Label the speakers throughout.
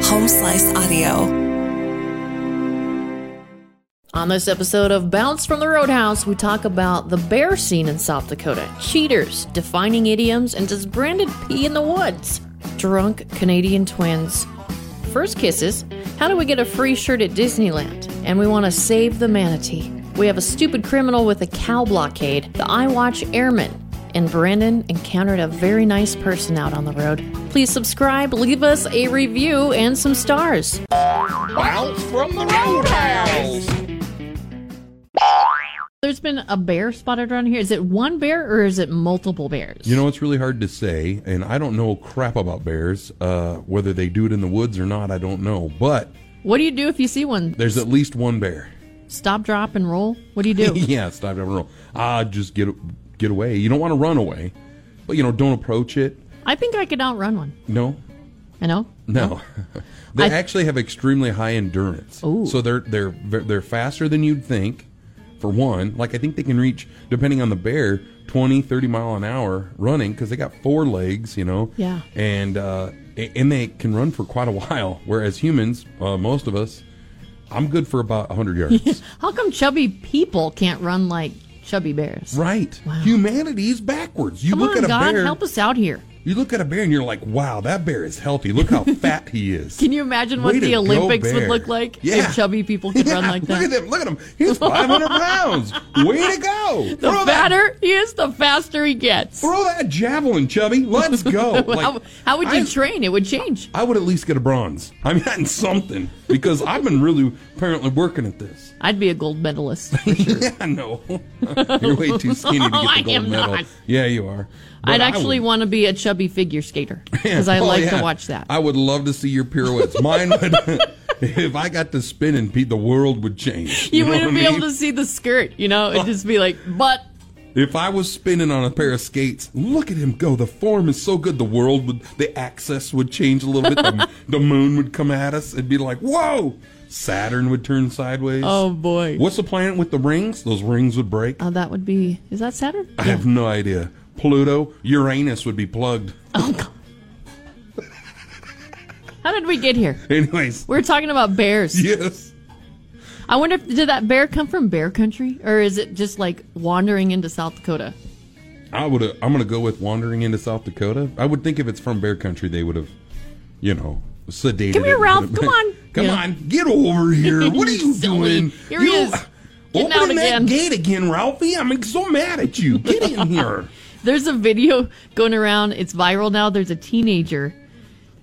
Speaker 1: Slice Audio.
Speaker 2: On this episode of Bounce from the Roadhouse, we talk about the bear scene in South Dakota, cheaters, defining idioms, and does Brandon pee in the woods? Drunk Canadian twins, first kisses, how do we get a free shirt at Disneyland? And we want to save the manatee. We have a stupid criminal with a cow blockade, the I Watch Airman, and Brandon encountered a very nice person out on the road. Please subscribe, leave us a review, and some stars.
Speaker 3: Bounce from the Roadhouse.
Speaker 2: There's been a bear spotted around here. Is it one bear or is it multiple bears?
Speaker 3: You know, it's really hard to say, and I don't know crap about bears. Uh, whether they do it in the woods or not, I don't know. But
Speaker 2: what do you do if you see one?
Speaker 3: there's at least one bear.
Speaker 2: Stop, drop, and roll. What do you do?
Speaker 3: yeah, stop and roll. Ah, just get get away. You don't want to run away, but you know, don't approach it.
Speaker 2: I think I could outrun one.
Speaker 3: No,
Speaker 2: I know.
Speaker 3: no. they
Speaker 2: I-
Speaker 3: actually have extremely high endurance,
Speaker 2: Ooh.
Speaker 3: so they're they're they're faster than you'd think. For one, like I think they can reach, depending on the bear, 20, 30 mile an hour running because they got four legs, you know.
Speaker 2: Yeah.
Speaker 3: and uh, a- and they can run for quite a while. Whereas humans, uh, most of us, I'm good for about 100 yards.
Speaker 2: How come chubby people can't run like chubby bears?
Speaker 3: right. Humanity is backwards. You
Speaker 2: Come
Speaker 3: look
Speaker 2: on,
Speaker 3: at a
Speaker 2: God,
Speaker 3: bear.
Speaker 2: help us out here.
Speaker 3: You look at a bear and you're like, wow, that bear is healthy. Look how fat he is.
Speaker 2: Can you imagine what
Speaker 3: Way to
Speaker 2: the
Speaker 3: go,
Speaker 2: Olympics would
Speaker 3: bear.
Speaker 2: look like
Speaker 3: Yeah.
Speaker 2: if chubby people could
Speaker 3: Yeah,
Speaker 2: run like
Speaker 3: Look at
Speaker 2: that?
Speaker 3: them. Look at him. He's 500 pounds. Way to go.
Speaker 2: The
Speaker 3: throw, that,
Speaker 2: fatter he is, the faster he gets.
Speaker 3: throw that javelin, Chubby. Let's go.
Speaker 2: how,
Speaker 3: Like,
Speaker 2: how would you
Speaker 3: I-
Speaker 2: train? It would change.
Speaker 3: I would at least get a bronze. I'm getting something because I've been really apparently working at this.
Speaker 2: I'd be a gold medalist.
Speaker 3: Yeah, no. You're way too skinny to
Speaker 2: No,
Speaker 3: get
Speaker 2: I
Speaker 3: the gold
Speaker 2: am
Speaker 3: medal.
Speaker 2: not.
Speaker 3: Yeah, you are. But
Speaker 2: I'd
Speaker 3: I
Speaker 2: actually
Speaker 3: would-
Speaker 2: want to be a chubby figure skater because I
Speaker 3: Oh,
Speaker 2: like
Speaker 3: yeah.
Speaker 2: to watch that.
Speaker 3: I would love to see your pirouettes. Mine would. if I got to spin and Pete, the world would change.
Speaker 2: you
Speaker 3: know
Speaker 2: wouldn't
Speaker 3: what I
Speaker 2: be
Speaker 3: mean?
Speaker 2: able to see the skirt, you know? It'd just be like, but
Speaker 3: If I was spinning on a pair of skates, look at him go. The form is so good. The world would, the axis would change a little bit. The, the moon would come at us. It'd be like, whoa! Saturn would turn sideways.
Speaker 2: oh boy.
Speaker 3: What's the planet with the rings? Those rings would break.
Speaker 2: Uh, that would be, is that Saturn?
Speaker 3: I have no idea. Pluto, Uranus would be plugged.
Speaker 2: Oh, How did we get here?
Speaker 3: Anyways,
Speaker 2: We were talking about bears.
Speaker 3: yes.
Speaker 2: I wonder if did that bear come from bear country or is it just like wandering into South Dakota?
Speaker 3: I would. I'm gonna go with wandering into South Dakota. I would think if it's from Bear Country, they would have, you know, sedated.
Speaker 2: Come here,
Speaker 3: it.
Speaker 2: Ralph. Come on.
Speaker 3: come
Speaker 2: Yeah.
Speaker 3: on, get over here. What are you
Speaker 2: Silly.
Speaker 3: doing?
Speaker 2: Here he
Speaker 3: You-
Speaker 2: is. Getting out
Speaker 3: Opening
Speaker 2: again.
Speaker 3: that gate again, Ralphie. I'm so mad at you. Get in here.
Speaker 2: There's a video going around. It's viral now. There's a teenager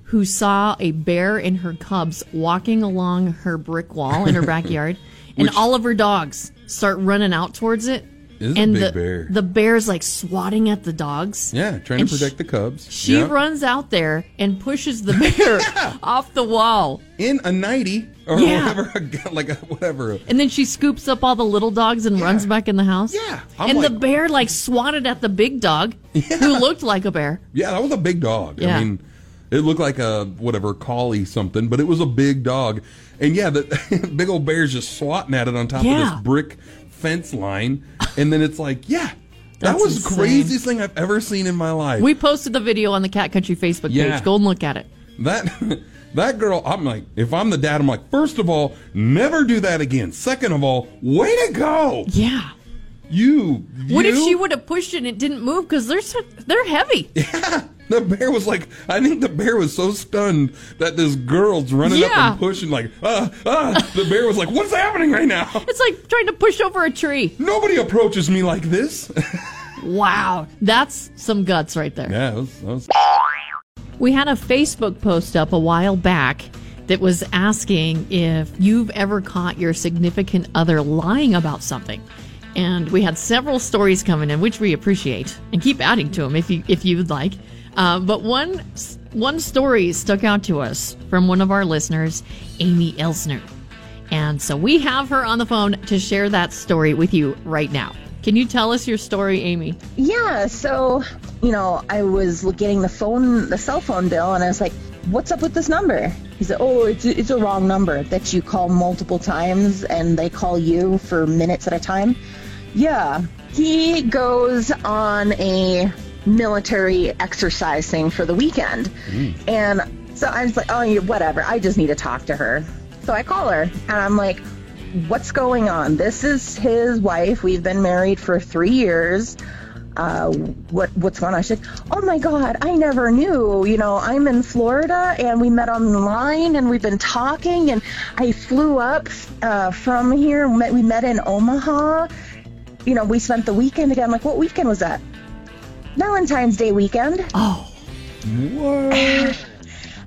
Speaker 2: who saw a bear and her cubs walking along her brick wall in her backyard, and
Speaker 3: Which-
Speaker 2: all of her dogs start running out towards it.
Speaker 3: It is a
Speaker 2: and
Speaker 3: big
Speaker 2: the,
Speaker 3: bear.
Speaker 2: the bear's like swatting at the dogs.
Speaker 3: Yeah, trying
Speaker 2: And
Speaker 3: to
Speaker 2: sh-
Speaker 3: protect the Cubs.
Speaker 2: She
Speaker 3: Yeah.
Speaker 2: runs out there and pushes the bear off the wall.
Speaker 3: in a nighty or
Speaker 2: Yeah.
Speaker 3: whatever, a gu- like a, whatever.
Speaker 2: And then she scoops up all the little dogs and runs back in the house.
Speaker 3: Yeah. I'm
Speaker 2: and the
Speaker 3: like-
Speaker 2: bear like swatted at the big dog who looked like a bear.
Speaker 3: Yeah, that was a big dog.
Speaker 2: Yeah.
Speaker 3: I mean, it looked like a whatever collie something, but it was a big dog. And yeah, the big old bear's just swatting at it on top of
Speaker 2: Yeah.
Speaker 3: this brick fence line, and then it's like, yeah, that
Speaker 2: That's
Speaker 3: was
Speaker 2: insane.
Speaker 3: the craziest thing I've ever seen in my life.
Speaker 2: We posted the video on the Cat Country Facebook
Speaker 3: Yeah.
Speaker 2: page. Go and look at it.
Speaker 3: that that girl, I'm like, if I'm the dad, I'm like, first of all, never do that again. Second of all, way to go,
Speaker 2: Yeah.
Speaker 3: you.
Speaker 2: What if
Speaker 3: you-
Speaker 2: she would have pushed it and it didn't move because they're so, they're heavy.
Speaker 3: The bear was like, I think the bear was so stunned that this girl's running up
Speaker 2: Yeah.
Speaker 3: and pushing, like, ah, ah. The bear was like, what's happening right now?
Speaker 2: It's like trying to push over a tree.
Speaker 3: Nobody approaches me like this.
Speaker 2: Wow, that's some guts right there.
Speaker 3: yeah, that was, that was-
Speaker 2: We had a Facebook post up a while back that was asking if you've ever caught your significant other lying about something. And we had several stories coming in, which we appreciate, and keep adding to them if you if you'd like. Uh, but one one story stuck out to us from one of our listeners, Amy Elsner, and so we have her on the phone to share that story with you right now. Can you tell us your story, Amy?
Speaker 4: Yeah, so you know, I was getting the phone, the cell phone bill, and I was like, "What's up with this number?" He said, "Oh, it's a, it's a wrong number that you call multiple times, and they call you for minutes at a time." Yeah, he goes on a military exercise thing for the weekend, and So I was like, oh, you- whatever. I just need to talk to her. So I call her and I'm like, what's going on? This is his wife. We've been married for three years. Uh, what what's going on? She's like, oh my god, I never knew. You know, I'm in Florida and we met online and we've been talking and I flew up uh, from here. Met, we met in Omaha. You know, we spent the weekend together. I'm like, what weekend was that? Valentine's Day weekend.
Speaker 3: What?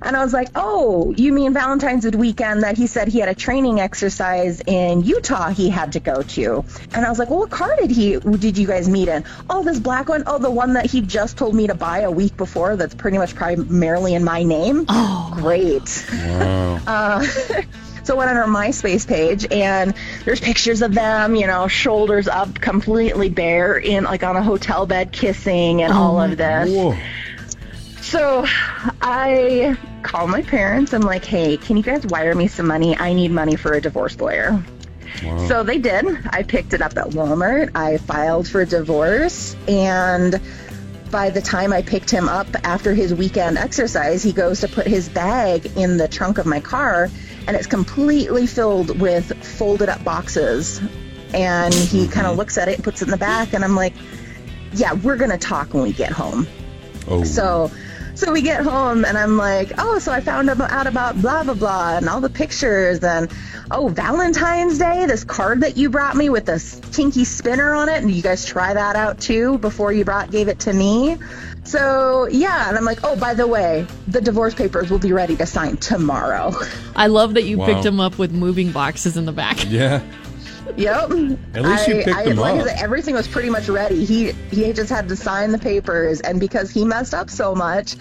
Speaker 4: And I was like, oh, you mean Valentine's Day weekend that he said he had a training exercise in Utah he had to go to. And I was like, well, what car did he, did you guys meet in? Oh, this black one. Oh, the one that he just told me to buy a week before that's pretty much primarily in my name. Oh. Great.
Speaker 3: Wow.
Speaker 4: So I went on her MySpace page, and there's pictures of them, you know, shoulders up, completely bare, in like on a hotel bed, kissing, and all of this.
Speaker 3: Whoa.
Speaker 4: So I call my parents. I'm like, hey, can you guys wire me some money? I need money for a divorce lawyer.
Speaker 3: Wow.
Speaker 4: So they did. I picked it up at Walmart. I filed for divorce. And by the time I picked him up after his weekend exercise, he goes to put his bag in the trunk of my car, and it's completely filled with folded up boxes. And he kind of looks at it, puts it in the back, and I'm like, yeah, we're going to talk when we get home.
Speaker 3: oh.
Speaker 4: So, so we get home and I'm like, oh, so I found ab- out about blah blah blah and all the pictures and oh, Valentine's Day, this card that you brought me with this kinky spinner on it, and you guys try that out too before you brought gave it to me. So yeah, and I'm like, oh, by the way, the divorce papers will be ready to sign tomorrow.
Speaker 2: I love that you
Speaker 3: Wow.
Speaker 2: picked him up with moving boxes in the back.
Speaker 3: yeah.
Speaker 4: Yep.
Speaker 3: At least you picked them
Speaker 4: like I
Speaker 3: up.
Speaker 4: said, everything was pretty much ready. He he just had to sign the papers, and because he messed up so much,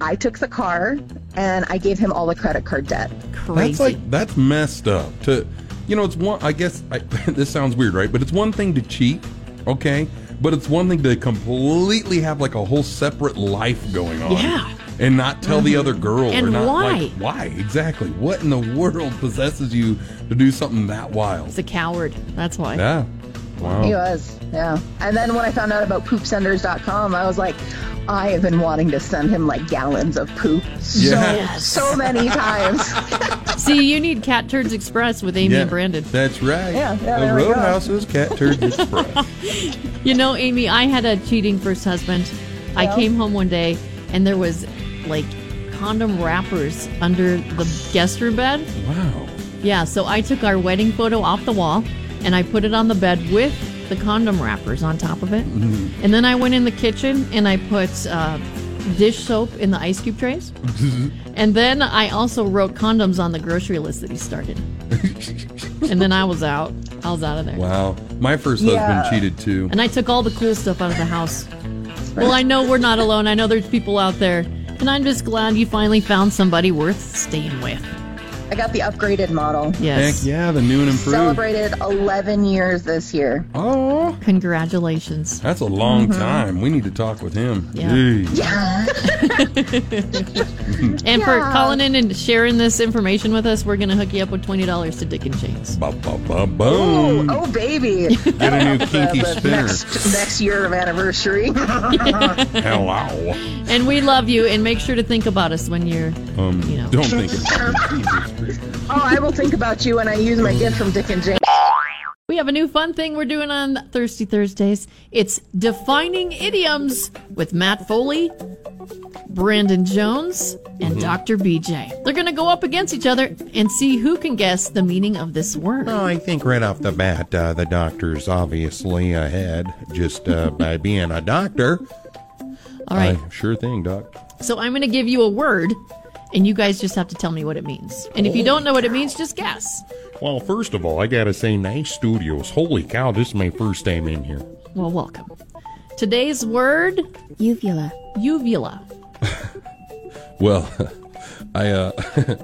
Speaker 4: I took the car and I gave him all the credit card debt.
Speaker 2: Crazy.
Speaker 3: That's like that's messed up. To you know, it's one. I guess I, this sounds weird, right? But it's one thing to cheat, okay? But it's one thing to completely have like a whole separate life going on,
Speaker 2: Yeah.
Speaker 3: and not tell the other girl or
Speaker 2: And
Speaker 3: not
Speaker 2: why?
Speaker 3: like why exactly. What in the world possesses you to do something that wild?
Speaker 2: He's a coward. That's why.
Speaker 3: Yeah. Wow.
Speaker 4: He was, yeah. And then when I found out about poopsenders.com, I was like, I have been wanting to send him like gallons of poop so
Speaker 3: Yeah.
Speaker 4: so many times.
Speaker 2: See, you need Cat Turds Express with Amy
Speaker 3: Yeah,
Speaker 2: and Brandon.
Speaker 3: That's right.
Speaker 4: Yeah, yeah,
Speaker 3: the
Speaker 4: there we go.
Speaker 3: Roadhouse is Cat Turd Express.
Speaker 2: You know, Amy, I had a cheating first husband. I
Speaker 4: Yeah.
Speaker 2: came home one day and there was like condom wrappers under the guest room bed.
Speaker 3: wow.
Speaker 2: Yeah, so I took our wedding photo off the wall and I put it on the bed with the condom wrappers on top of it.
Speaker 3: Mm-hmm.
Speaker 2: And then I went in the kitchen and I put uh, dish soap in the ice cube trays. and then I also wrote condoms on the grocery list that he started. and then I was out. I was out of there.
Speaker 3: Wow. My first
Speaker 4: Yeah.
Speaker 3: husband cheated too.
Speaker 2: And I took all the cool stuff out of the house. Well, I know we're not alone. I know there's people out there. And I'm just glad you finally found somebody worth staying with.
Speaker 4: I got the upgraded model.
Speaker 2: Yes.
Speaker 3: Heck yeah, the new and improved.
Speaker 4: Celebrated 11 years this year.
Speaker 3: Oh,
Speaker 2: Congratulations.
Speaker 3: that's a long
Speaker 1: Mm-hmm.
Speaker 3: time. We need to talk with him.
Speaker 2: Yeah.
Speaker 3: Jeez.
Speaker 4: Yeah.
Speaker 2: And for
Speaker 4: Yeah.
Speaker 2: calling in and sharing this information with us, we're going to hook you up with $20 to Dick and Chains.
Speaker 3: Ba, ba, ba,
Speaker 4: Ooh,
Speaker 3: boom.
Speaker 4: oh baby.
Speaker 3: Get a new kinky
Speaker 4: the
Speaker 3: Hmm. spinner.
Speaker 4: next next year of anniversary.
Speaker 3: Hello.
Speaker 2: And we love you, and make sure to think about us when you're,
Speaker 3: Um,
Speaker 2: you know.
Speaker 3: Don't think about it. Jesus Christ.
Speaker 4: Oh, I will think about you when I use my gift from Dick and Jane.
Speaker 2: We have a new fun thing we're doing on Thirsty Thursdays. It's Defining Idioms with Matt Foley, Brandon Jones, and Dr. BJ. They're going to go up against each other and see who can guess the meaning of this word.
Speaker 3: Oh.
Speaker 1: Well, Oh, I think right off the bat, uh, the doctor's obviously ahead just uh, by being a doctor.
Speaker 2: All right.
Speaker 1: Uh, sure thing, Doc.
Speaker 2: So I'm going to give you a word, and you guys just have to tell me what it means. And if you don't know what it means, just guess.
Speaker 1: Well, first of all, I gotta say, nice studios. Holy cow, this is my first time in here.
Speaker 2: Well, welcome. Today's word
Speaker 5: Uvula.
Speaker 2: uvula.
Speaker 1: Well, I, uh,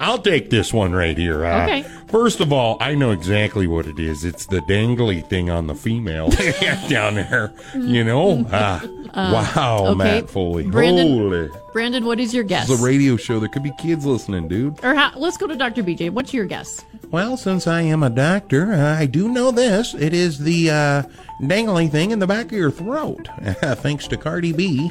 Speaker 1: I'll take this one right here. Uh,
Speaker 2: Okay.
Speaker 1: First of all, I know exactly what it is. It's the dangly thing on the female down there. You know? Uh, wow,
Speaker 2: Mm-hmm. okay.
Speaker 1: Matt Foley.
Speaker 2: Brandon-
Speaker 1: Holy.
Speaker 2: Brandon, what is your guess?
Speaker 3: It's a radio show. There could be kids listening, dude.
Speaker 2: or how, let's go to Dr. BJ. What's your guess?
Speaker 1: Well, since I am a doctor, uh, I do know this. It is the uh, dangly thing in the back of your throat, thanks to Cardi B.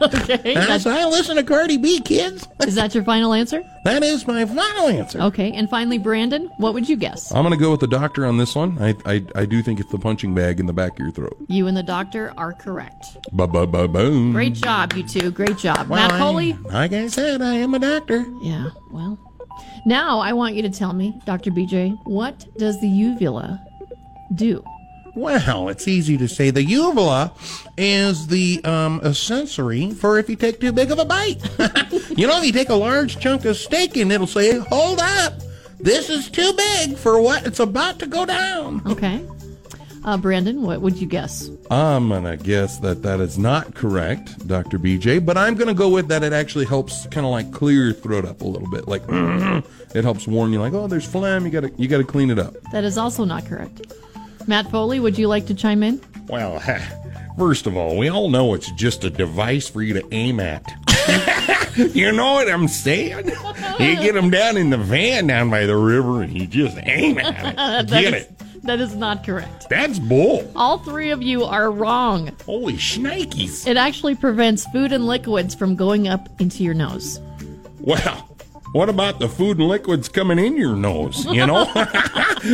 Speaker 2: Okay.
Speaker 1: Yes, I listen to Cardi B, kids.
Speaker 2: Is that your final answer?
Speaker 1: That is my final answer.
Speaker 2: Okay. And finally, Brandon, what would you guess?
Speaker 3: I'm going to go with the doctor on this one. I, I, I do think it's the punching bag in the back of your throat.
Speaker 2: You and the doctor are correct.
Speaker 3: Ba ba ba boom.
Speaker 2: Great job, you two. Great job.
Speaker 1: Well,
Speaker 2: Matt
Speaker 1: I-
Speaker 2: Coley?
Speaker 1: Like I said, I am a doctor.
Speaker 2: Yeah, well. Now I want you to tell me, Dr. BJ, what does the uvula do?
Speaker 1: Well, it's easy to say the uvula is the um, a sensory for if you take too big of a bite. you know, if you take a large chunk of steak and it'll say, hold up, this is too big for what it's about to go down.
Speaker 2: Okay. Uh, Brandon, what would you guess?
Speaker 3: I'm going to guess that that is not correct, Dr. BJ, but I'm going to go with that it actually helps kind of like clear your throat up a little bit. Like it helps warn you like, "Oh, there's phlegm, you got to you got to clean it up."
Speaker 2: That is also not correct. Matt Foley, would you like to chime in?
Speaker 1: Well, first of all, we all know it's just a device for you to aim at. you know what I'm saying? You get them down in the van down by the river and you just aim at it.
Speaker 2: That
Speaker 1: get
Speaker 2: is-
Speaker 1: it.
Speaker 2: That is not correct.
Speaker 1: That's bull.
Speaker 2: All three of you are wrong.
Speaker 1: Holy shnikes.
Speaker 2: It actually prevents food and liquids from going up into your nose.
Speaker 1: Well, what about the food and liquids coming in your nose, you know?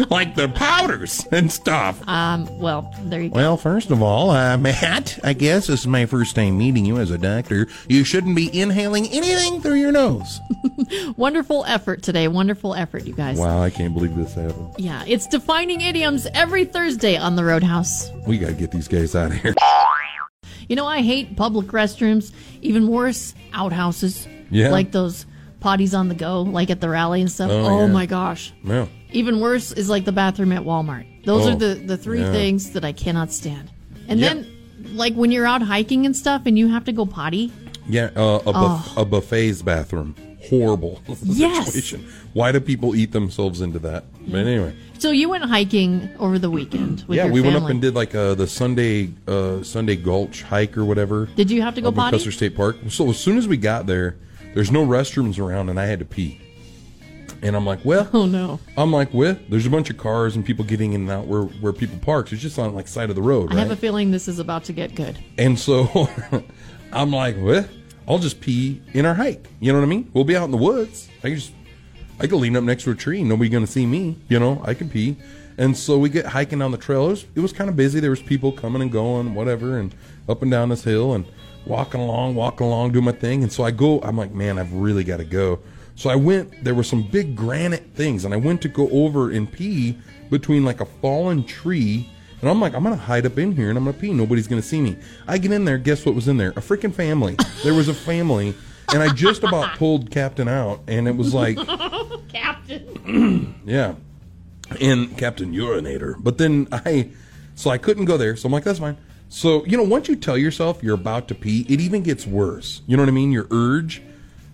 Speaker 1: like the powders and stuff.
Speaker 2: Um, well, there you go.
Speaker 1: Well, first of all, uh, Matt, I guess this is my first time meeting you as a doctor. You shouldn't be inhaling anything through your nose.
Speaker 2: Wonderful effort today. Wonderful effort, you guys.
Speaker 3: Wow, I can't believe this happened.
Speaker 2: Yeah, it's defining idioms every Thursday on the Roadhouse.
Speaker 3: We got to get these guys out of here.
Speaker 2: You know, I hate public restrooms. Even worse, outhouses.
Speaker 3: Yeah.
Speaker 2: Like those potties on the go, like at the rally and stuff. Oh,
Speaker 3: Oh, yeah.
Speaker 2: my gosh.
Speaker 3: Yeah.
Speaker 2: Even worse is like the bathroom at Walmart. Those
Speaker 3: Oh,
Speaker 2: are the, the three
Speaker 3: yeah.
Speaker 2: things that I cannot stand. And
Speaker 3: Yeah.
Speaker 2: then, like when you're out hiking and stuff and you have to go potty.
Speaker 3: Yeah, uh, a, buff- a buffet's bathroom. Horrible
Speaker 2: Yes.
Speaker 3: situation. Why do people eat themselves into that? But anyway,
Speaker 2: So you went hiking over the weekend with
Speaker 3: yeah,
Speaker 2: your
Speaker 3: we went up
Speaker 2: family.
Speaker 3: and did like uh, the Sunday uh, Sunday Gulch hike or whatever.
Speaker 2: Did you have to go
Speaker 3: up in
Speaker 2: potty?
Speaker 3: Custer State Park. So as soon as we got there, there's no restrooms around, and I had to pee. And I'm like, well,
Speaker 2: Oh no.
Speaker 3: I'm like, well, there's a bunch of cars and people getting in and out where where people park. It's just on like side of the road,
Speaker 2: I
Speaker 3: right?
Speaker 2: have a feeling this is about to get good.
Speaker 3: And so I'm like, what? I'll just pee in our hike. You know what I mean? We'll be out in the woods. I can just, I can lean up next to a tree. Nobody gonna see me. You know, I can pee. And so we get hiking down the trail. It was, it was kind of busy. There was people coming and going, whatever, and up and down this hill and walking along, walking along, doing my thing. And so I go. I'm like, man, I've really got to go. So I went. There were some big granite things, and I went to go over and pee between like a fallen tree and I'm like, I'm gonna hide up in here and I'm gonna pee. Nobody's gonna see me. I get in there. Guess what was in there? A freaking family. There was a family, and I just about pulled Captain out, and it was like,
Speaker 2: Captain.
Speaker 3: yeah, and Captain Urinator. But then I, so I couldn't go there. So I'm like, that's fine. So you know, once you tell yourself you're about to pee, it even gets worse. You know what I mean? Your urge.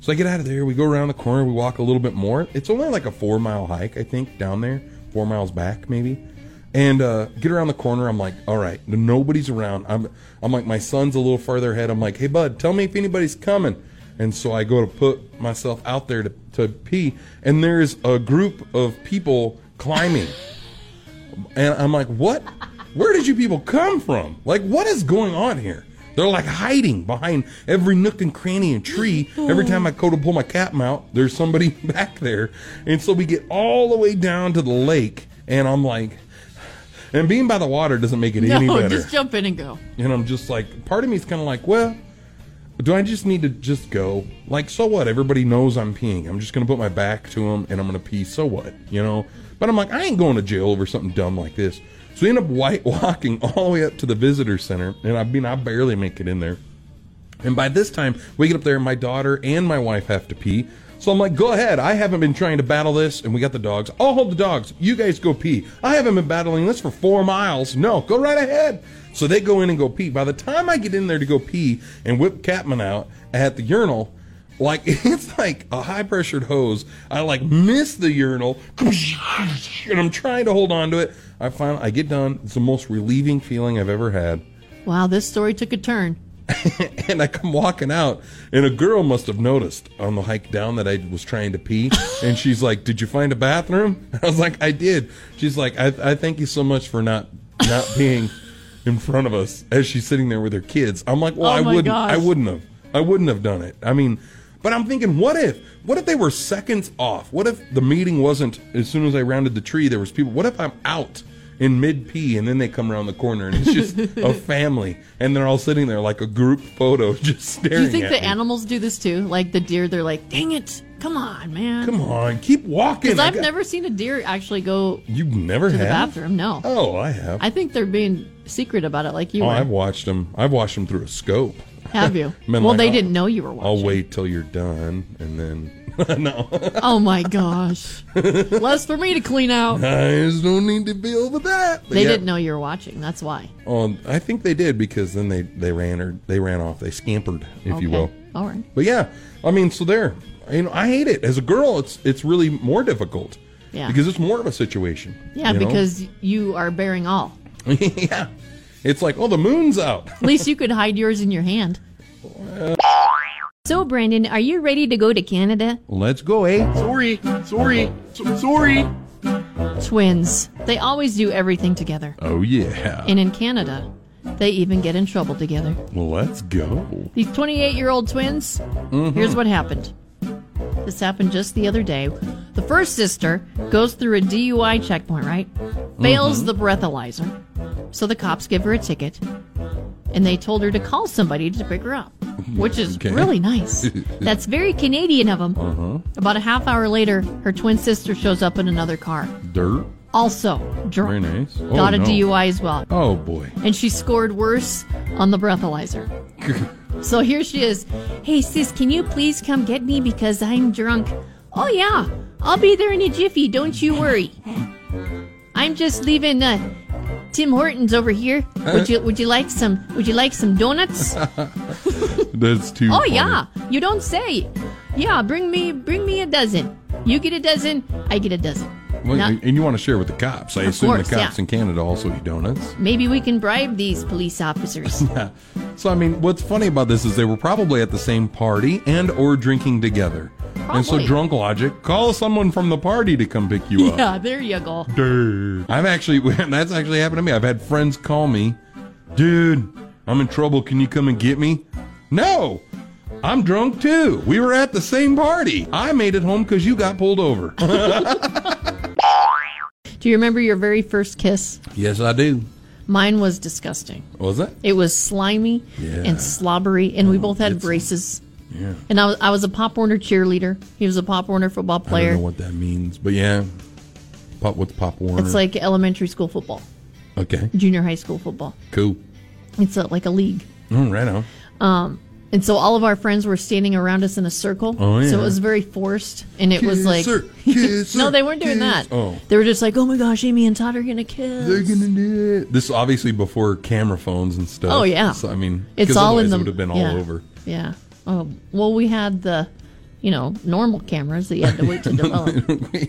Speaker 3: So I get out of there. We go around the corner. We walk a little bit more. It's only like a four mile hike, I think, down there, four miles back maybe and uh, get around the corner. I'm like, all right, nobody's around. I'm, I'm like, my son's a little farther ahead. I'm like, hey, bud, tell me if anybody's coming. And so I go to put myself out there to, to pee, and there's a group of people climbing. and I'm like, what? Where did you people come from? Like, what is going on here? They're like hiding behind every nook and cranny and tree. Every time I go to pull my cap out, there's somebody back there. And so we get all the way down to the lake, and I'm like, and being by the water doesn't make it any
Speaker 2: No,
Speaker 3: better.
Speaker 2: just jump in and go.
Speaker 3: and I'm just like, part of me is kind of like, well, do I just need to just go? Like, so what? Everybody knows I'm peeing. I'm just going to put my back to them and I'm going to pee. So what? You know? But I'm like, I ain't going to jail over something dumb like this. So we end up white walking all the way up to the visitor center. And I mean, I barely make it in there. And by this time, we get up there, my daughter and my wife have to pee. So I'm like, go ahead. I haven't been trying to battle this, and we got the dogs. I'll hold the dogs. You guys go pee. I haven't been battling this for four miles. No, go right ahead. So they go in and go pee. By the time I get in there to go pee and whip Catman out at the urinal, like it's like a high pressured hose. I like miss the urinal, and I'm trying to hold on to it. I finally I get done. It's the most relieving feeling I've ever had.
Speaker 2: Wow, this story took a turn.
Speaker 3: and I come walking out, and a girl must have noticed on the hike down that I was trying to pee, and she's like, "Did you find a bathroom?" I was like, "I did." She's like, "I, I thank you so much for not not being in front of us as she's sitting there with her kids." I'm like, "Well,
Speaker 2: Oh
Speaker 3: I
Speaker 2: my
Speaker 3: wouldn't, I
Speaker 2: gosh.
Speaker 3: wouldn't have, I wouldn't have done it." I mean, but I'm thinking, what if? What if they were seconds off? What if the meeting wasn't as soon as I rounded the tree? There was people. What if I'm out? in mid pee, and then they come around the corner, and it's just a family, and they're all sitting there like a group photo, just staring.
Speaker 2: Do you think
Speaker 3: at
Speaker 2: the
Speaker 3: me.
Speaker 2: animals do this too? Like the deer, they're like, "Dang it, come on, man!"
Speaker 3: Come on, keep walking.
Speaker 2: Because
Speaker 3: I
Speaker 2: I've
Speaker 3: got-
Speaker 2: never seen a deer actually go to
Speaker 3: You've never
Speaker 2: the
Speaker 3: had
Speaker 2: bathroom. No,
Speaker 3: Oh, I have.
Speaker 2: I think they're being secret about it, like you
Speaker 3: oh,
Speaker 2: were.
Speaker 3: I've watched them. I've watched them through a scope.
Speaker 2: Have you?
Speaker 3: Been
Speaker 2: well,
Speaker 3: like,
Speaker 2: they
Speaker 3: "Oh,
Speaker 2: didn't know you were watching.
Speaker 3: I'll wait till you're done, and then no,
Speaker 2: Oh my gosh, less for me to clean out.
Speaker 3: I just don't need to deal with that. But
Speaker 2: They
Speaker 3: yeah,
Speaker 2: didn't know you were watching. That's why.
Speaker 3: Oh, I think they did because then they they ran or they ran off. They scampered, if
Speaker 2: Okay.
Speaker 3: you will.
Speaker 2: All right.
Speaker 3: But yeah, I mean, so there. You know, I hate it. As a girl, it's it's really more difficult.
Speaker 2: Yeah.
Speaker 3: Because it's more of a situation.
Speaker 2: Yeah,
Speaker 3: you know?
Speaker 2: because you are bearing all.
Speaker 3: yeah, it's like oh, the moon's out.
Speaker 2: At least you could hide yours in your hand. So, Brandon, are you ready to go to Canada?
Speaker 3: Let's go, eh?
Speaker 5: Sorry, sorry, so- sorry.
Speaker 2: Twins. They always do everything together.
Speaker 3: Oh yeah.
Speaker 2: And in Canada, they even get in trouble together.
Speaker 3: Well, let's go.
Speaker 2: These 28 year old twins,
Speaker 3: Mm-hmm.
Speaker 2: here's what happened. This happened just the other day. The first sister goes through a DUI checkpoint, right? Fails
Speaker 3: Mm-hmm.
Speaker 2: the breathalyzer. So the cops give her a ticket. And they told her to call somebody to pick her up, which is
Speaker 3: Okay. Uh-huh.
Speaker 2: really nice. That's very Canadian of them. About a half hour later, her twin sister shows up in another car.
Speaker 3: Dirt.
Speaker 2: Also
Speaker 3: Very
Speaker 2: drunk.
Speaker 3: nice. Oh,
Speaker 2: Got a
Speaker 3: no.
Speaker 2: DUI as well
Speaker 3: Oh boy.
Speaker 2: and she scored worse on the breathalyzer. so here she is. Hey, sis, can you please come get me because I'm drunk? Oh, yeah. I'll be there in a jiffy. Don't you worry. I'm just leaving uh, Tim Hortons over here. Would you would you like some would you like some donuts?
Speaker 3: That's too.
Speaker 2: Oh
Speaker 3: funny.
Speaker 2: yeah. You don't say. Yeah, bring me bring me a dozen. You get a dozen, I get a dozen.
Speaker 3: Well,
Speaker 2: Not-
Speaker 3: and you want to share with the cops? I assume
Speaker 2: course,
Speaker 3: the cops
Speaker 2: yeah.
Speaker 3: in Canada also eat donuts.
Speaker 2: Maybe we can bribe these police officers.
Speaker 3: So I mean, what's funny about this is they were probably at the same party and or drinking together. And so
Speaker 2: Probably.
Speaker 3: drunk logic, call someone from the party to come pick you up.
Speaker 2: yeah, there you go.
Speaker 3: Dude. I've actually that's actually happened to me. I've had friends call me, "Dude, I'm in trouble. Can you come and get me?" No. I'm drunk too. We were at the same party. I made it home cuz you got pulled over.
Speaker 2: Do you remember your very first kiss?
Speaker 3: yes, I do.
Speaker 2: Mine was disgusting.
Speaker 3: Was that?
Speaker 2: It was slimy
Speaker 3: Yeah. Oh,
Speaker 2: and slobbery, and we both had
Speaker 3: it's-
Speaker 2: braces.
Speaker 3: Yeah.
Speaker 2: And I was, I was a Pop Warner cheerleader. He was a Pop Warner football
Speaker 3: I don't know
Speaker 2: player.
Speaker 3: what that means, but yeah. Pop what's Pop Warner?
Speaker 2: It's like elementary school football,
Speaker 3: Okay.
Speaker 2: junior high school football.
Speaker 3: Cool.
Speaker 2: It's a, like a league.
Speaker 3: All right on.
Speaker 2: And so all of our friends were standing around us in a circle.
Speaker 3: Oh, yeah.
Speaker 2: So it was very forced, and it was like,
Speaker 3: Kisser, kisser,
Speaker 2: no, they weren't doing that.
Speaker 3: kiss- Oh.
Speaker 2: They were just like, oh my gosh, Amy and Todd are gonna kiss.
Speaker 3: They're gonna do it. This is obviously before camera phones and stuff.
Speaker 2: Oh, yeah.
Speaker 3: So I mean,
Speaker 2: It's all in the.
Speaker 3: It would have been
Speaker 2: yeah,
Speaker 3: all over.
Speaker 2: Yeah. Oh well, we had the, you know, normal cameras that you had to wait to develop.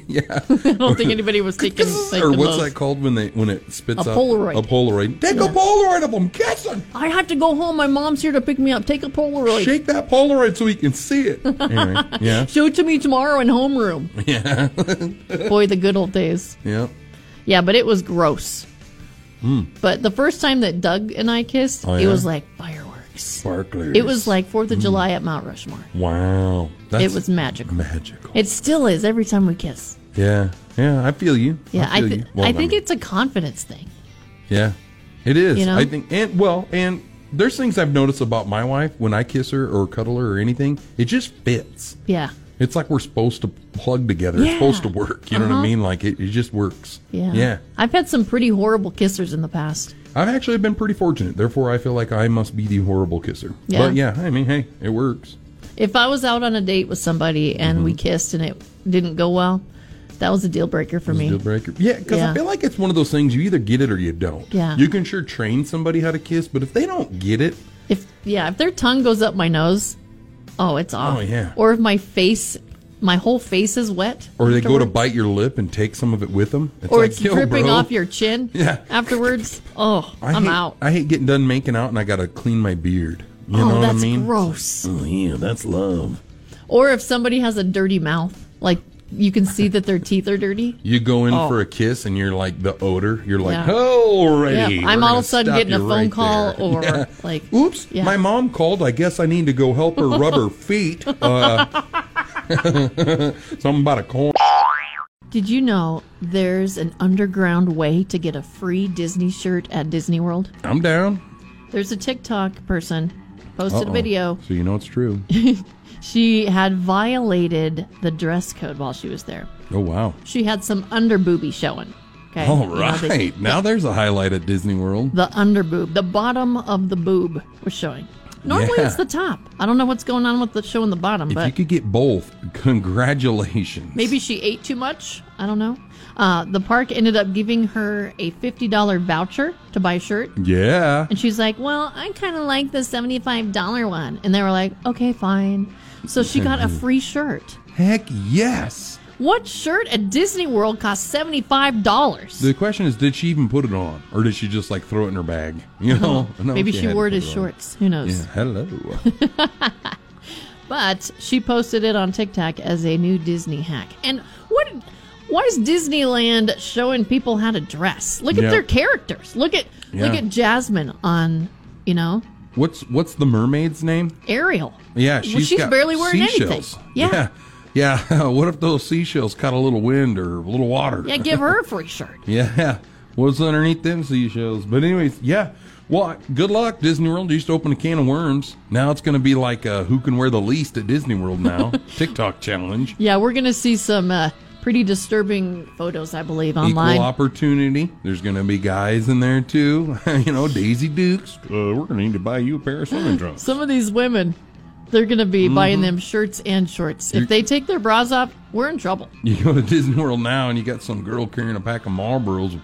Speaker 3: yeah.
Speaker 2: I don't think anybody was taking.
Speaker 3: or what's that called when they when it spits
Speaker 2: A
Speaker 3: out
Speaker 2: Polaroid.
Speaker 3: A Polaroid. Take a Polaroid of them. Catch them.
Speaker 2: I have to go home. My mom's here to pick me up. Take a Polaroid.
Speaker 3: Shake that Polaroid so we can see it. anyway, yeah.
Speaker 2: Show it to me tomorrow in homeroom.
Speaker 3: Yeah.
Speaker 2: Boy, the good old days.
Speaker 3: yeah.
Speaker 2: Yeah, but it was gross. But the first time that Doug and I kissed,
Speaker 3: Hmm. Oh,
Speaker 2: it
Speaker 3: yeah? Hmm.
Speaker 2: was like fireworks.
Speaker 3: Sparklers.
Speaker 2: It was like Fourth of July at Mount Rushmore.
Speaker 3: wow. That's
Speaker 2: it was magical.
Speaker 3: magical.
Speaker 2: It still is every time we kiss.
Speaker 3: yeah. Yeah. I feel you.
Speaker 2: Yeah, I,
Speaker 3: feel
Speaker 2: th-
Speaker 3: you. Well,
Speaker 2: I think
Speaker 3: mean-
Speaker 2: it's a confidence thing.
Speaker 3: Yeah, it is.
Speaker 2: You know?
Speaker 3: I think, and well, and there's things I've noticed about my wife when I kiss her or cuddle her or anything. It just fits.
Speaker 2: Yeah.
Speaker 3: It's like we're supposed to plug together. It's
Speaker 2: Yeah. Uh-huh.
Speaker 3: supposed to work. You know what I mean? Like it, it just works.
Speaker 2: Yeah.
Speaker 3: Yeah.
Speaker 2: I've had some pretty horrible kissers in the past.
Speaker 3: I've actually been pretty fortunate. Therefore, I feel like I must be the horrible kisser.
Speaker 2: Yeah.
Speaker 3: But yeah, I mean, hey, it works.
Speaker 2: If I was out on a date with somebody and
Speaker 3: Mm-hmm.
Speaker 2: we kissed and it didn't go well, that was a deal breaker for me.
Speaker 3: Deal breaker. Yeah, because
Speaker 2: Yeah.
Speaker 3: I feel like it's one of those things you either get it or you don't.
Speaker 2: Yeah.
Speaker 3: You can sure train somebody how to kiss, but if they don't get it,
Speaker 2: If yeah, if their tongue goes up my nose, oh, it's off.
Speaker 3: Oh, yeah.
Speaker 2: Or if my face, my whole face is wet.
Speaker 3: or they go to
Speaker 2: afterward,
Speaker 3: bite your lip and take some of it with them,
Speaker 2: or
Speaker 3: like,
Speaker 2: it's
Speaker 3: "Yo,
Speaker 2: dripping
Speaker 3: bro."
Speaker 2: off your chin.
Speaker 3: Yeah.
Speaker 2: Afterwards, oh,
Speaker 3: I
Speaker 2: I'm
Speaker 3: hate-
Speaker 2: out.
Speaker 3: I hate getting done making out and I gotta clean my beard.
Speaker 1: You know
Speaker 2: oh,
Speaker 1: what I
Speaker 2: that's
Speaker 1: mean?
Speaker 2: gross.
Speaker 1: Oh, yeah, that's love.
Speaker 2: Or if somebody has a dirty mouth, like you can see that their teeth are dirty.
Speaker 3: You go in for a kiss and you're like the odor. You're like,
Speaker 2: Oh. Yeah.
Speaker 3: already.
Speaker 2: Yeah, I'm all
Speaker 3: we're gonna
Speaker 2: of a sudden
Speaker 3: stop
Speaker 2: getting a
Speaker 3: you
Speaker 2: phone
Speaker 3: right
Speaker 2: call
Speaker 3: there."
Speaker 2: or
Speaker 3: Yeah.
Speaker 2: like,
Speaker 3: Oops,
Speaker 2: yeah.
Speaker 3: my mom called. I guess I need to go help her rub her feet. Uh, something about a corn.
Speaker 2: Did you know there's an underground way to get a free Disney shirt at Disney World?
Speaker 3: I'm down.
Speaker 2: There's a TikTok person posted a
Speaker 3: Uh-oh.
Speaker 2: video.
Speaker 3: So you know it's true.
Speaker 2: She had violated the dress code while she was there.
Speaker 3: Oh, wow.
Speaker 2: She had some under booby showing. Okay.
Speaker 3: All
Speaker 2: You know,
Speaker 3: right.
Speaker 2: they-
Speaker 3: now there's a highlight at Disney World.
Speaker 2: the under boob, the bottom of the boob was showing. Normally
Speaker 3: Yeah.
Speaker 2: it's the top. I don't know what's going on with the showing the bottom,
Speaker 3: If
Speaker 2: but
Speaker 3: you could get both, congratulations.
Speaker 2: Maybe she ate too much. I don't know. Uh, the park ended up giving her a $50 voucher to buy a shirt.
Speaker 3: Yeah.
Speaker 2: And she's like, Well, I kind of like the $75 one. And they were like, Okay, fine. So she got a free shirt.
Speaker 3: Heck yes.
Speaker 2: What shirt at Disney World costs $75?
Speaker 3: The question is, did she even put it on, or did she just like throw it in her bag? You know, No,
Speaker 2: Uh-huh. Maybe she
Speaker 3: hadn't
Speaker 2: wore it
Speaker 3: put
Speaker 2: as
Speaker 3: on.
Speaker 2: shorts. Who knows?
Speaker 3: Yeah, hello.
Speaker 2: But she posted it on TikTok as a new Disney hack. And what? Why is Disneyland showing people how to dress? Look at
Speaker 3: Yeah.
Speaker 2: their characters. Look at look
Speaker 3: Yeah.
Speaker 2: at Jasmine on, you know,
Speaker 3: what's what's the mermaid's name?
Speaker 2: Ariel.
Speaker 3: Yeah,
Speaker 2: Well,
Speaker 3: she's,
Speaker 2: she's
Speaker 3: got
Speaker 2: barely wearing anything.
Speaker 3: seashells.
Speaker 2: Yeah.
Speaker 3: yeah, Yeah, what if those seashells caught a little wind or a little water?
Speaker 2: Yeah, give her a free shirt.
Speaker 3: Yeah. What's underneath them seashells? But anyways, yeah. Well, good luck, Disney World. You just opened a can of worms. Now it's going to be like uh, who can wear the least at Disney World now. TikTok challenge.
Speaker 2: Yeah, we're gonna see some uh, pretty disturbing photos, I believe, online.
Speaker 3: Equal opportunity. There's going to be guys in there too. you know, Daisy Dukes. Uh, we're going to need to buy you a pair of swimming trunks.
Speaker 2: some of these women, they're gonna be buying
Speaker 3: Mm-hmm.
Speaker 2: them shirts and shorts. If they take their bras off, we're in trouble.
Speaker 3: You go to Disney World now and you got some girl carrying a pack of Marlboros with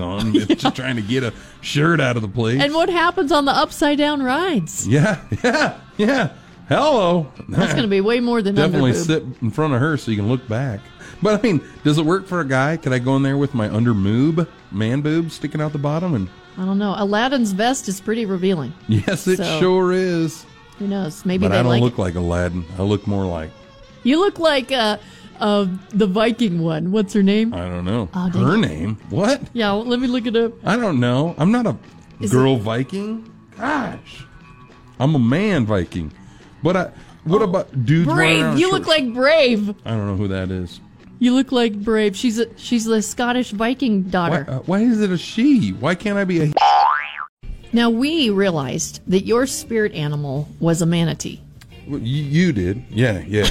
Speaker 3: on, just trying to get a shirt out of the place.
Speaker 2: And what happens on the upside down rides?
Speaker 3: yeah, yeah, yeah. Hello.
Speaker 2: That's gonna be way more than
Speaker 3: definitely
Speaker 2: under boob.
Speaker 3: sit in front of her so you can look back. But I mean, does it work for a guy? Could I go in there with my under moob, man boob sticking out the bottom? And
Speaker 2: I don't know. Aladdin's vest is pretty revealing.
Speaker 3: yes, it
Speaker 2: So-
Speaker 3: sure is.
Speaker 2: Who knows? Maybe
Speaker 3: But
Speaker 2: they
Speaker 3: I don't
Speaker 2: like.
Speaker 3: look
Speaker 2: it.
Speaker 3: like Aladdin. I look more like
Speaker 2: you look like uh, uh, the Viking one. What's her name?
Speaker 3: I don't know
Speaker 2: Oh, dang
Speaker 3: her
Speaker 2: it.
Speaker 3: name. What?
Speaker 2: yeah, well, let me look it up.
Speaker 3: I don't know. I'm not a
Speaker 2: Is
Speaker 3: girl Viking. Gosh, I'm a man Viking. But I. What about dudes?
Speaker 2: Oh.
Speaker 3: wearing
Speaker 2: Brave.
Speaker 3: our
Speaker 2: You look
Speaker 3: shirts?
Speaker 2: like Brave.
Speaker 3: I don't know who that is.
Speaker 2: You look like Brave. She's a, she's the Scottish Viking
Speaker 3: Why,
Speaker 2: daughter.
Speaker 3: uh, why is it a she? Why can't I be a?
Speaker 2: Now we realized that your spirit animal was a manatee.
Speaker 3: Well, you, you did. Yeah, yeah.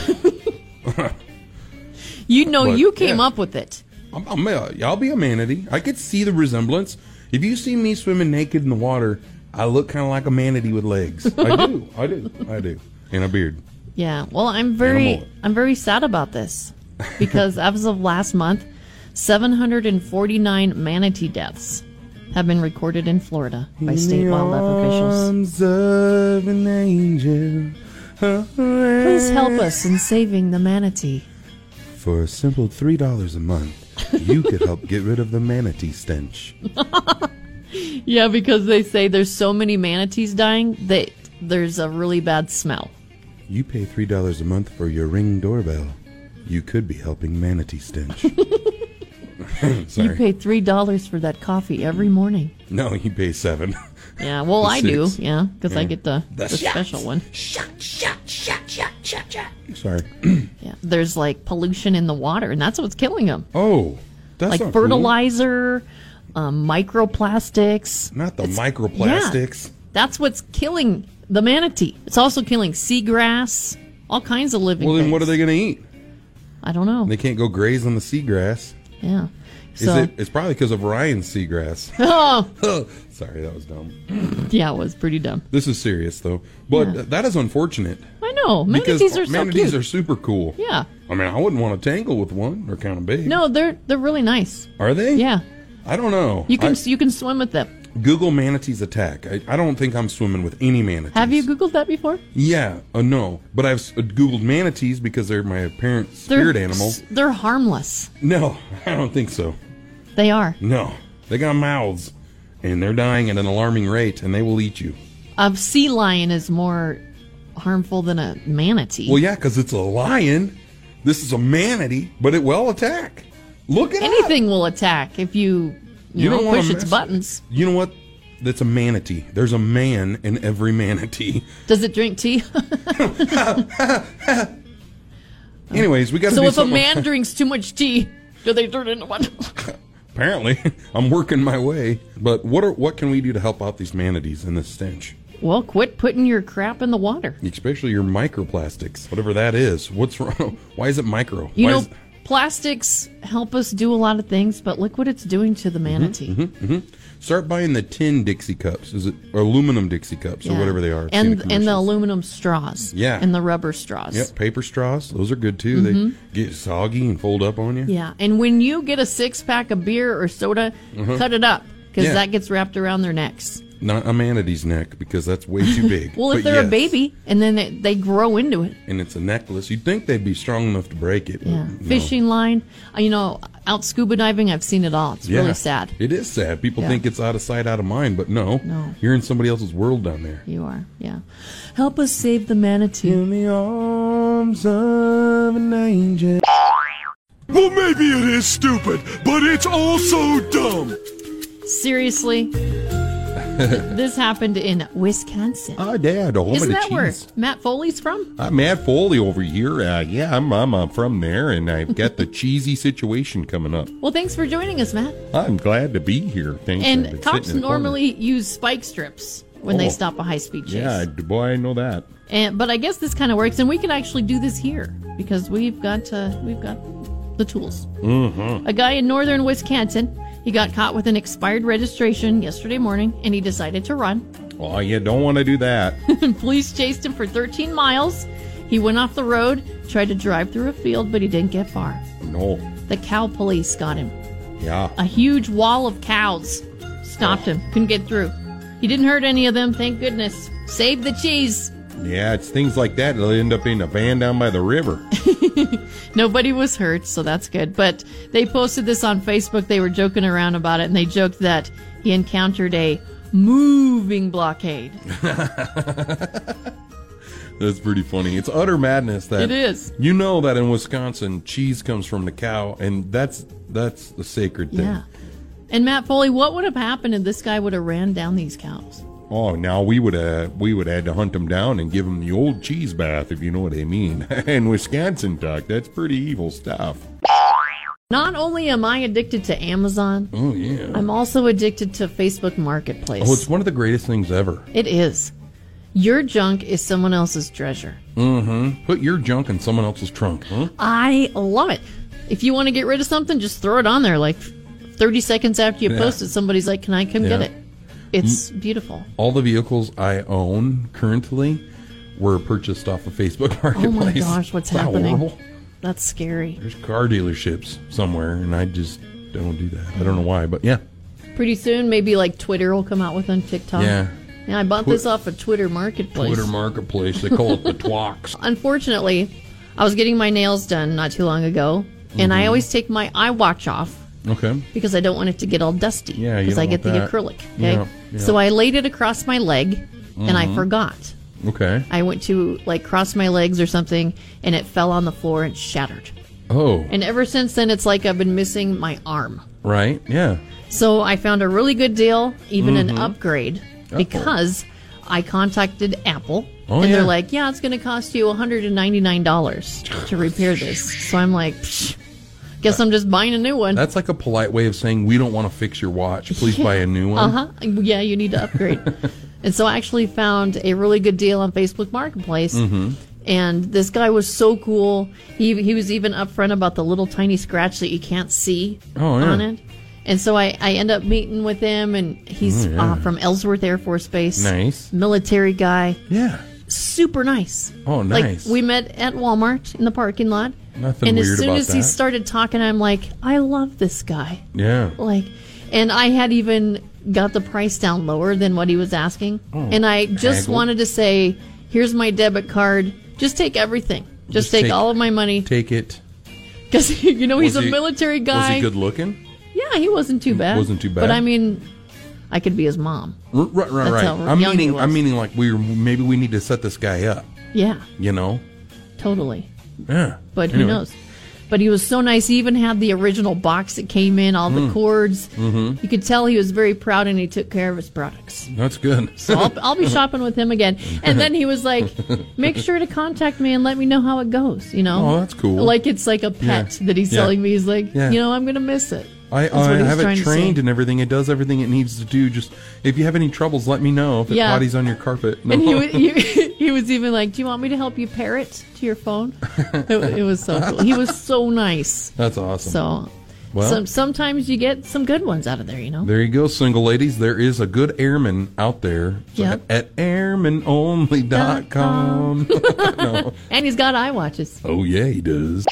Speaker 2: You know,
Speaker 3: But,
Speaker 2: you came
Speaker 3: yeah.
Speaker 2: up with it.
Speaker 3: I'm, I'm a, I'll be a manatee. I could see the resemblance. If you see me swimming naked in the water, I look kind of like a manatee with legs. I do. I do. I do. And a beard.
Speaker 2: Yeah. Well, I'm very
Speaker 3: Animal.
Speaker 2: I'm very sad about this because as of last month, 749 manatee deaths have been recorded in Florida by state wildlife officials.
Speaker 3: of an angel.
Speaker 2: Please help us in saving the manatee.
Speaker 3: For a simple three dollars a month, you could help get rid of the manatee stench.
Speaker 2: Yeah, because they say there's so many manatees dying that there's a really bad smell.
Speaker 3: You pay three dollars a month for your ring doorbell. You could be helping manatee stench.
Speaker 2: You
Speaker 3: Sorry.
Speaker 2: pay three dollars for that coffee every morning.
Speaker 3: no, you pay seven.
Speaker 2: Yeah, well, I do.
Speaker 3: Six.
Speaker 2: Yeah, because I get the, the,
Speaker 3: shots.
Speaker 2: special one.
Speaker 3: Sorry.
Speaker 2: Yeah, there's like pollution in the water, and that's what's killing them.
Speaker 3: Oh, that's
Speaker 2: like
Speaker 3: not cool.
Speaker 2: fertilizer, um, microplastics.
Speaker 3: Not the
Speaker 2: Yeah.
Speaker 3: microplastics.
Speaker 2: that's what's killing the manatee. It's also killing seagrass, all kinds of living.
Speaker 3: Well, then what are
Speaker 2: things.
Speaker 3: they going to eat?
Speaker 2: I don't know.
Speaker 3: They can't go graze on the seagrass.
Speaker 2: yeah.
Speaker 3: Is
Speaker 2: So
Speaker 3: it, it's probably because of Ryan's seagrass.
Speaker 2: oh
Speaker 3: Sorry, that was dumb.
Speaker 2: yeah, it was pretty dumb.
Speaker 3: This is serious though, but
Speaker 2: Yeah.
Speaker 3: that is unfortunate
Speaker 2: I know
Speaker 3: because
Speaker 2: manatees are so
Speaker 3: manatees
Speaker 2: cute.
Speaker 3: are super cool.
Speaker 2: yeah.
Speaker 3: I mean, I wouldn't want to tangle with one. They're kind of big.
Speaker 2: No, they're they're really nice.
Speaker 3: are they?
Speaker 2: Yeah,
Speaker 3: I don't know.
Speaker 2: you can
Speaker 3: I-
Speaker 2: you can swim with them.
Speaker 3: Google manatees attack. I, I don't think I'm swimming with any manatees.
Speaker 2: Have you googled that before?
Speaker 3: Yeah, uh, no. But I've s- uh, googled manatees because they're my parents'
Speaker 2: They're,
Speaker 3: spirit animal.
Speaker 2: They're harmless.
Speaker 3: No, I don't think so.
Speaker 2: They are.
Speaker 3: No, they got mouths, and they're dying at an alarming rate, and they will eat you.
Speaker 2: A sea lion is more harmful than a manatee.
Speaker 3: Well, yeah, because it's a lion. This is a manatee, but it will attack. Look at
Speaker 2: Anything will attack if you you, know,
Speaker 3: wanna
Speaker 2: push its
Speaker 3: mess-
Speaker 2: buttons.
Speaker 3: You know what? That's a manatee. There's a man in every manatee.
Speaker 2: Does it drink tea?
Speaker 3: Anyways, we got
Speaker 2: Oh.
Speaker 3: to
Speaker 2: so
Speaker 3: do
Speaker 2: if a
Speaker 3: something-
Speaker 2: man drinks too much tea, do they turn into one?
Speaker 3: Apparently, I'm working my way. But what are what can we do to help out these manatees in this stench?
Speaker 2: well, quit putting your crap in the water.
Speaker 3: Especially your microplastics, whatever that is. What's wrong? Why is it micro?
Speaker 2: You
Speaker 3: Why
Speaker 2: know,
Speaker 3: is-
Speaker 2: plastics help us do a lot of things, but look what it's doing to
Speaker 3: Mm-hmm,
Speaker 2: the manatee.
Speaker 3: start buying the tin Dixie cups. Is it or aluminum Dixie cups
Speaker 2: Yeah.
Speaker 3: or whatever they are? I've seen
Speaker 2: and
Speaker 3: in
Speaker 2: and the
Speaker 3: commercials.
Speaker 2: aluminum straws.
Speaker 3: Yeah.
Speaker 2: and the rubber straws.
Speaker 3: Yep, paper straws. Those are good too. They get soggy and fold up on you.
Speaker 2: Mm-hmm. Yeah, and when you get a six pack of beer or soda, cut it up because
Speaker 3: Mm-hmm. Yeah.
Speaker 2: that gets wrapped around their necks.
Speaker 3: Not a manatee's neck because that's way too big.
Speaker 2: Well, if
Speaker 3: But
Speaker 2: they're a
Speaker 3: yes,
Speaker 2: baby and then they, they grow into it.
Speaker 3: and it's a necklace, you'd think they'd be strong enough to break it. but
Speaker 2: Yeah,
Speaker 3: no.
Speaker 2: fishing line. uh, You know, out scuba diving. I've seen it all. It's
Speaker 3: Yeah.
Speaker 2: really sad.
Speaker 3: It is sad. People
Speaker 2: Yeah.
Speaker 3: think it's out of sight, out of mind, but no.
Speaker 2: No.
Speaker 3: You're in somebody else's world down there.
Speaker 2: You are. Yeah, help us save the manatee.
Speaker 3: In the arms of an angel.
Speaker 5: Well, maybe it is stupid, but it's also dumb.
Speaker 2: Seriously, this happened in Wisconsin.
Speaker 1: Oh, Dad. Oh,
Speaker 2: Isn't
Speaker 3: the
Speaker 2: that where
Speaker 3: cheese.
Speaker 2: Matt Foley's from?
Speaker 1: I'm Matt Foley over here. Uh, yeah, I'm, I'm uh, from there, and I've got the cheesy situation coming up.
Speaker 2: Well, thanks for joining us, Matt.
Speaker 1: I'm glad to be here. Thanks. I've
Speaker 2: And
Speaker 1: been
Speaker 2: cops
Speaker 1: sitting in the corner.
Speaker 2: normally use spike strips when they
Speaker 1: Oh.
Speaker 2: stop a high speed chase.
Speaker 1: Yeah, boy, I know that.
Speaker 2: And, but I guess this kind of works, and we can actually do this here because we've got uh, we've got the tools. A guy in northern Wisconsin, he got caught with an expired registration yesterday morning, and he decided to run.
Speaker 1: Oh, you don't want to do that.
Speaker 2: And police chased him for 13 miles. He went off the road, tried to drive through a field, but he didn't get far.
Speaker 1: no.
Speaker 2: The cow police got him.
Speaker 1: Yeah.
Speaker 2: A huge wall of cows stopped him. Couldn't get through. He didn't hurt any of them, thank goodness. Save the cheese.
Speaker 1: Yeah, it's things like that. It'll end up in a van down by the river.
Speaker 2: Nobody was hurt, so that's good. But they posted this on Facebook. They were joking around about it, and they joked that he encountered a moving blockade.
Speaker 3: That's pretty funny. It's utter madness that
Speaker 2: It is.
Speaker 3: You know that in Wisconsin, cheese comes from the cow, and that's that's the sacred thing.
Speaker 2: Yeah. And Matt Foley, what would have happened if this guy would have ran down these cows?
Speaker 1: Oh, now we would uh, we would had to hunt them down and give them the old cheese bath, if you know what I mean. in Wisconsin talk, that's pretty evil stuff.
Speaker 2: Not only am I addicted to Amazon,
Speaker 3: Oh yeah.
Speaker 2: I'm also addicted to Facebook Marketplace.
Speaker 3: Oh, it's one of the greatest things ever.
Speaker 2: It is. Your junk is someone else's treasure.
Speaker 3: Put your junk in someone else's trunk, huh?
Speaker 2: I love it. If you want to get rid of something, just throw it on there. Like 30 seconds after you
Speaker 3: Yeah.
Speaker 2: post it, somebody's like, Can I come get
Speaker 3: Yeah.
Speaker 2: it?
Speaker 3: Mm.
Speaker 2: It's beautiful.
Speaker 3: All the vehicles I own currently were purchased off of Facebook Marketplace.
Speaker 2: Oh gosh, what's
Speaker 3: Is that
Speaker 2: happening?
Speaker 3: horrible?
Speaker 2: That's scary.
Speaker 3: There's car dealerships somewhere, and I just don't do that. I don't know why, but yeah,
Speaker 2: Pretty soon, maybe like Twitter will come out with on TikTok.
Speaker 3: Yeah.
Speaker 2: Yeah, I bought
Speaker 3: Twi-
Speaker 2: this off of Twitter Marketplace.
Speaker 3: Twitter Marketplace. They call it the Twox.
Speaker 2: Unfortunately, I was getting my nails done not too long ago, and
Speaker 3: Mm-hmm.
Speaker 2: I always take my eye watch off
Speaker 3: Okay.
Speaker 2: because I don't want it to get all dusty.
Speaker 3: Yeah, you
Speaker 2: Because I
Speaker 3: don't
Speaker 2: get the
Speaker 3: want that.
Speaker 2: acrylic. Okay.
Speaker 3: Yeah, yeah. Mm-hmm.
Speaker 2: So I laid it across my leg, and I forgot.
Speaker 3: Okay.
Speaker 2: I went to like cross my legs or something, and it fell on the floor and shattered.
Speaker 3: Oh,
Speaker 2: And ever since then, it's like I've been missing my arm.
Speaker 3: right. Yeah.
Speaker 2: So I found a really good deal, even
Speaker 3: Mm-hmm.
Speaker 2: an upgrade, because I contacted Apple.
Speaker 3: Oh,
Speaker 2: and
Speaker 3: yeah.
Speaker 2: they're like, yeah, it's going to cost you $199 to repair this. So I'm like, Psh,
Speaker 3: Uh,
Speaker 2: guess I'm just buying a new one.
Speaker 3: That's like a polite way of saying we don't want to fix your watch. Please buy a new one.
Speaker 2: Uh huh. Yeah, you need to upgrade. and so I actually found a really good deal on Facebook Marketplace.
Speaker 3: Mm-hmm.
Speaker 2: And this guy was so cool. He he was even upfront about the little tiny scratch that you can't see
Speaker 3: Oh, yeah.
Speaker 2: on it. And so I, I end up meeting with him, and he's uh, from Ellsworth Air Force Base.
Speaker 3: Oh, Nice.
Speaker 2: Military guy.
Speaker 3: Yeah.
Speaker 2: Super nice.
Speaker 3: Oh, nice.
Speaker 2: Like, we met at Walmart in the parking lot.
Speaker 3: Nothing
Speaker 2: and
Speaker 3: weird
Speaker 2: as soon
Speaker 3: about
Speaker 2: as he
Speaker 3: that.
Speaker 2: started talking, I'm like, I love this guy
Speaker 3: Yeah.
Speaker 2: like and i had even got the price down lower than what he was asking
Speaker 3: Oh,
Speaker 2: and i just
Speaker 3: haggle.
Speaker 2: wanted to say here's my debit card just take everything just,
Speaker 3: Just
Speaker 2: take,
Speaker 3: take-
Speaker 2: all of my money
Speaker 3: Take it.
Speaker 2: because you know Oh, he's
Speaker 3: Was
Speaker 2: a
Speaker 3: he-
Speaker 2: military guy
Speaker 3: Was he good looking?
Speaker 2: yeah he wasn't too bad
Speaker 3: Wasn't too bad?
Speaker 2: but i mean I could be his mom.
Speaker 3: R- Right, right,
Speaker 2: That's
Speaker 3: right.
Speaker 2: how
Speaker 3: I'm
Speaker 2: young he
Speaker 3: meaning,
Speaker 2: was.
Speaker 3: I'm meaning like we were, maybe we need to set this guy up.
Speaker 2: Yeah,
Speaker 3: You know?
Speaker 2: totally.
Speaker 3: Yeah.
Speaker 2: But
Speaker 3: Anyway.
Speaker 2: who knows? But he was so nice. He even had the original box that came in, all
Speaker 3: Hmm.
Speaker 2: the cords. Mm-hmm. You could tell he was very proud and he took care of his products.
Speaker 3: That's good.
Speaker 2: So I'll, I'll be shopping with him again. And then he was like, make sure to contact me and let me know how it goes, you know?
Speaker 3: Oh, that's cool.
Speaker 2: Like it's like a pet
Speaker 3: Yeah.
Speaker 2: that he's
Speaker 3: Yeah.
Speaker 2: telling me. He's like,
Speaker 3: Yeah.
Speaker 2: you know, I'm going to miss it.
Speaker 3: I,
Speaker 2: That's what
Speaker 3: I
Speaker 2: he's
Speaker 3: have it
Speaker 2: trying to say.
Speaker 3: trained and everything. It does everything it needs to do. Just if you have any troubles, let me know. If it
Speaker 2: Yeah.
Speaker 3: potties on your carpet,
Speaker 2: And he, wa- he, he was even like, do you want me to help you pair it to your phone? It, it was so cool. He was so nice.
Speaker 3: that's awesome.
Speaker 2: So
Speaker 3: Well-
Speaker 2: some, sometimes you get some good ones out of there, you know?
Speaker 3: There you go, single ladies. There is a good airman out there
Speaker 2: Yep.
Speaker 3: at airmanonly.com.
Speaker 2: And he's got eye watches.
Speaker 3: oh, yeah, he does.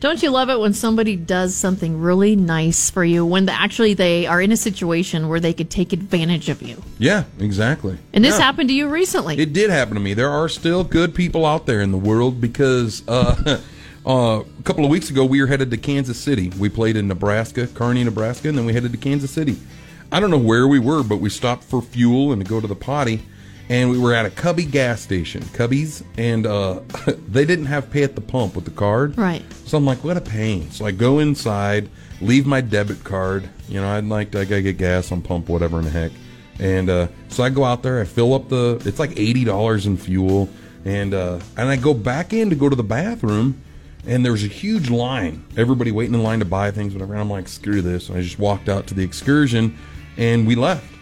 Speaker 2: Don't you love it when somebody does something really nice for you when the, actually they are in a situation where they could take advantage of you?
Speaker 3: Yeah, exactly.
Speaker 2: And this
Speaker 3: Yeah.
Speaker 2: happened to you recently.
Speaker 3: It did happen to me. There are still good people out there in the world because uh, uh, a couple of weeks ago we were headed to Kansas City. We played in Nebraska, Kearney, Nebraska, and then we headed to Kansas City. I don't know where we were, but we stopped for fuel and to go to the potty, and we were at a Cubby gas station, Cubbies, and uh, they didn't have pay at the pump with the card.
Speaker 2: Right.
Speaker 3: So I'm like, what a pain. So I go inside, leave my debit card. You know, I'd like to, I gotta get gas on pump, whatever in the heck. And uh, so I go out there, I fill up the, it's like eighty dollars in fuel, and uh, and I go back in to go to the bathroom, and there's a huge line. Everybody waiting in line to buy things, whatever. And I'm like, screw this. And I just walked out to the excursion, and we left.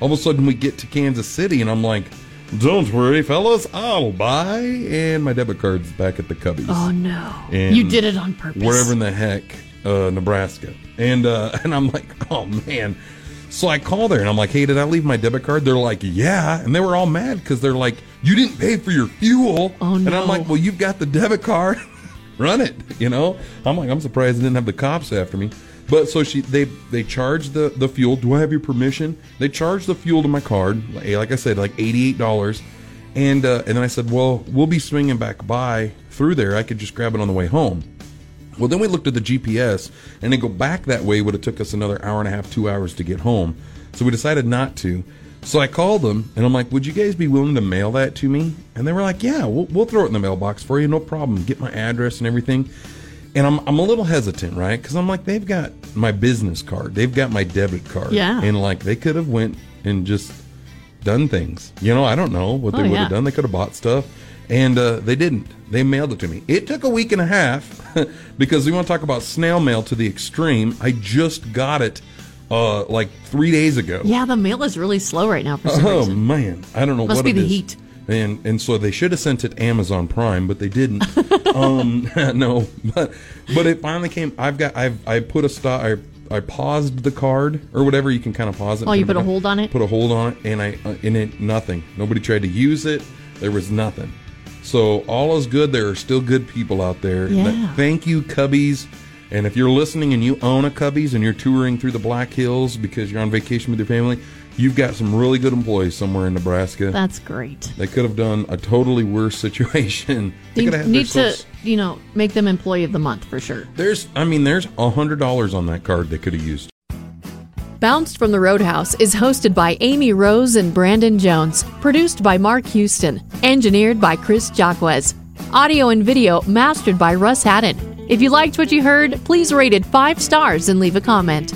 Speaker 3: All of a sudden, we get to Kansas City, and I'm like, "Don't worry, fellas, I'll buy." And my debit card's back at the cubbies.
Speaker 2: oh no.
Speaker 3: And
Speaker 2: You did it on purpose.
Speaker 3: Wherever in the heck, uh, Nebraska, and uh, and I'm like, "Oh man." So I call there and I'm like, "Hey, did I leave my debit card?" They're like, "Yeah," and they were all mad because they're like, "You didn't pay for your fuel."
Speaker 2: Oh,
Speaker 3: And
Speaker 2: no.
Speaker 3: I'm like, "Well, you've got the debit card, run it." You know, I'm like, "I'm surprised they didn't have the cops after me." But so she, they they charged the the fuel. Do I have your permission? They charged the fuel to my card. Like like I said, like eighty eight dollars, and uh, and then I said, "Well, we'll be swinging back by through there. I could just grab it on the way home." Well, then we looked at the GPS, and to go back that way would have took us another hour and a half, two hours to get home. So we decided not to. So I called them, and I'm like, "Would you guys be willing to mail that to me?" And they were like, "Yeah, we'll, we'll throw it in the mailbox for you, no problem. Get my address and everything." And I'm I'm a little hesitant, right? Because I'm like, they've got my business card, they've got my debit card,
Speaker 2: Yeah.
Speaker 3: and like they could have went and just done things. You know, I don't know what they
Speaker 2: Oh,
Speaker 3: would
Speaker 2: yeah.
Speaker 3: have done. They could have bought stuff, and uh, they didn't. They mailed it to me. It took a week and a half because we want to talk about snail mail to the extreme. I just got it uh, like three days ago.
Speaker 2: yeah, the mail is really slow right now for some
Speaker 3: Oh
Speaker 2: reason.
Speaker 3: man, I don't know
Speaker 2: Must
Speaker 3: what
Speaker 2: be
Speaker 3: it
Speaker 2: the
Speaker 3: is.
Speaker 2: heat.
Speaker 3: And and so they should have sent it Amazon Prime, but they didn't. um, no, but but it finally came. I've got I've I put a stop. I I paused the card or whatever. You can kind of pause it.
Speaker 2: Oh,
Speaker 3: and
Speaker 2: you
Speaker 3: put
Speaker 2: put a
Speaker 3: back-
Speaker 2: hold on it?
Speaker 3: Put a hold on it, and I uh, and it nothing. Nobody tried to use it. There was nothing. So all is good. There are still good people out there.
Speaker 2: Yeah.
Speaker 3: That- Thank you, Cubbies. And if you're listening and you own a Cubbies and you're touring through the Black Hills because you're on vacation with your family, you've got some really good employees somewhere in Nebraska.
Speaker 2: That's great.
Speaker 3: they could have done a totally worse situation. They
Speaker 2: You
Speaker 3: could have had
Speaker 2: need
Speaker 3: their
Speaker 2: to,
Speaker 3: social-
Speaker 2: you know, make them employee of the month for sure.
Speaker 3: There's, I mean, there's a hundred dollars on that card they could have used.
Speaker 2: Bounced from the Roadhouse is hosted by Amy Rose and Brandon Jones, produced by Mark Houston, engineered by Chris Jacquez. Audio and video mastered by Russ Haddon. If you liked what you heard, please rate it five stars and leave a comment.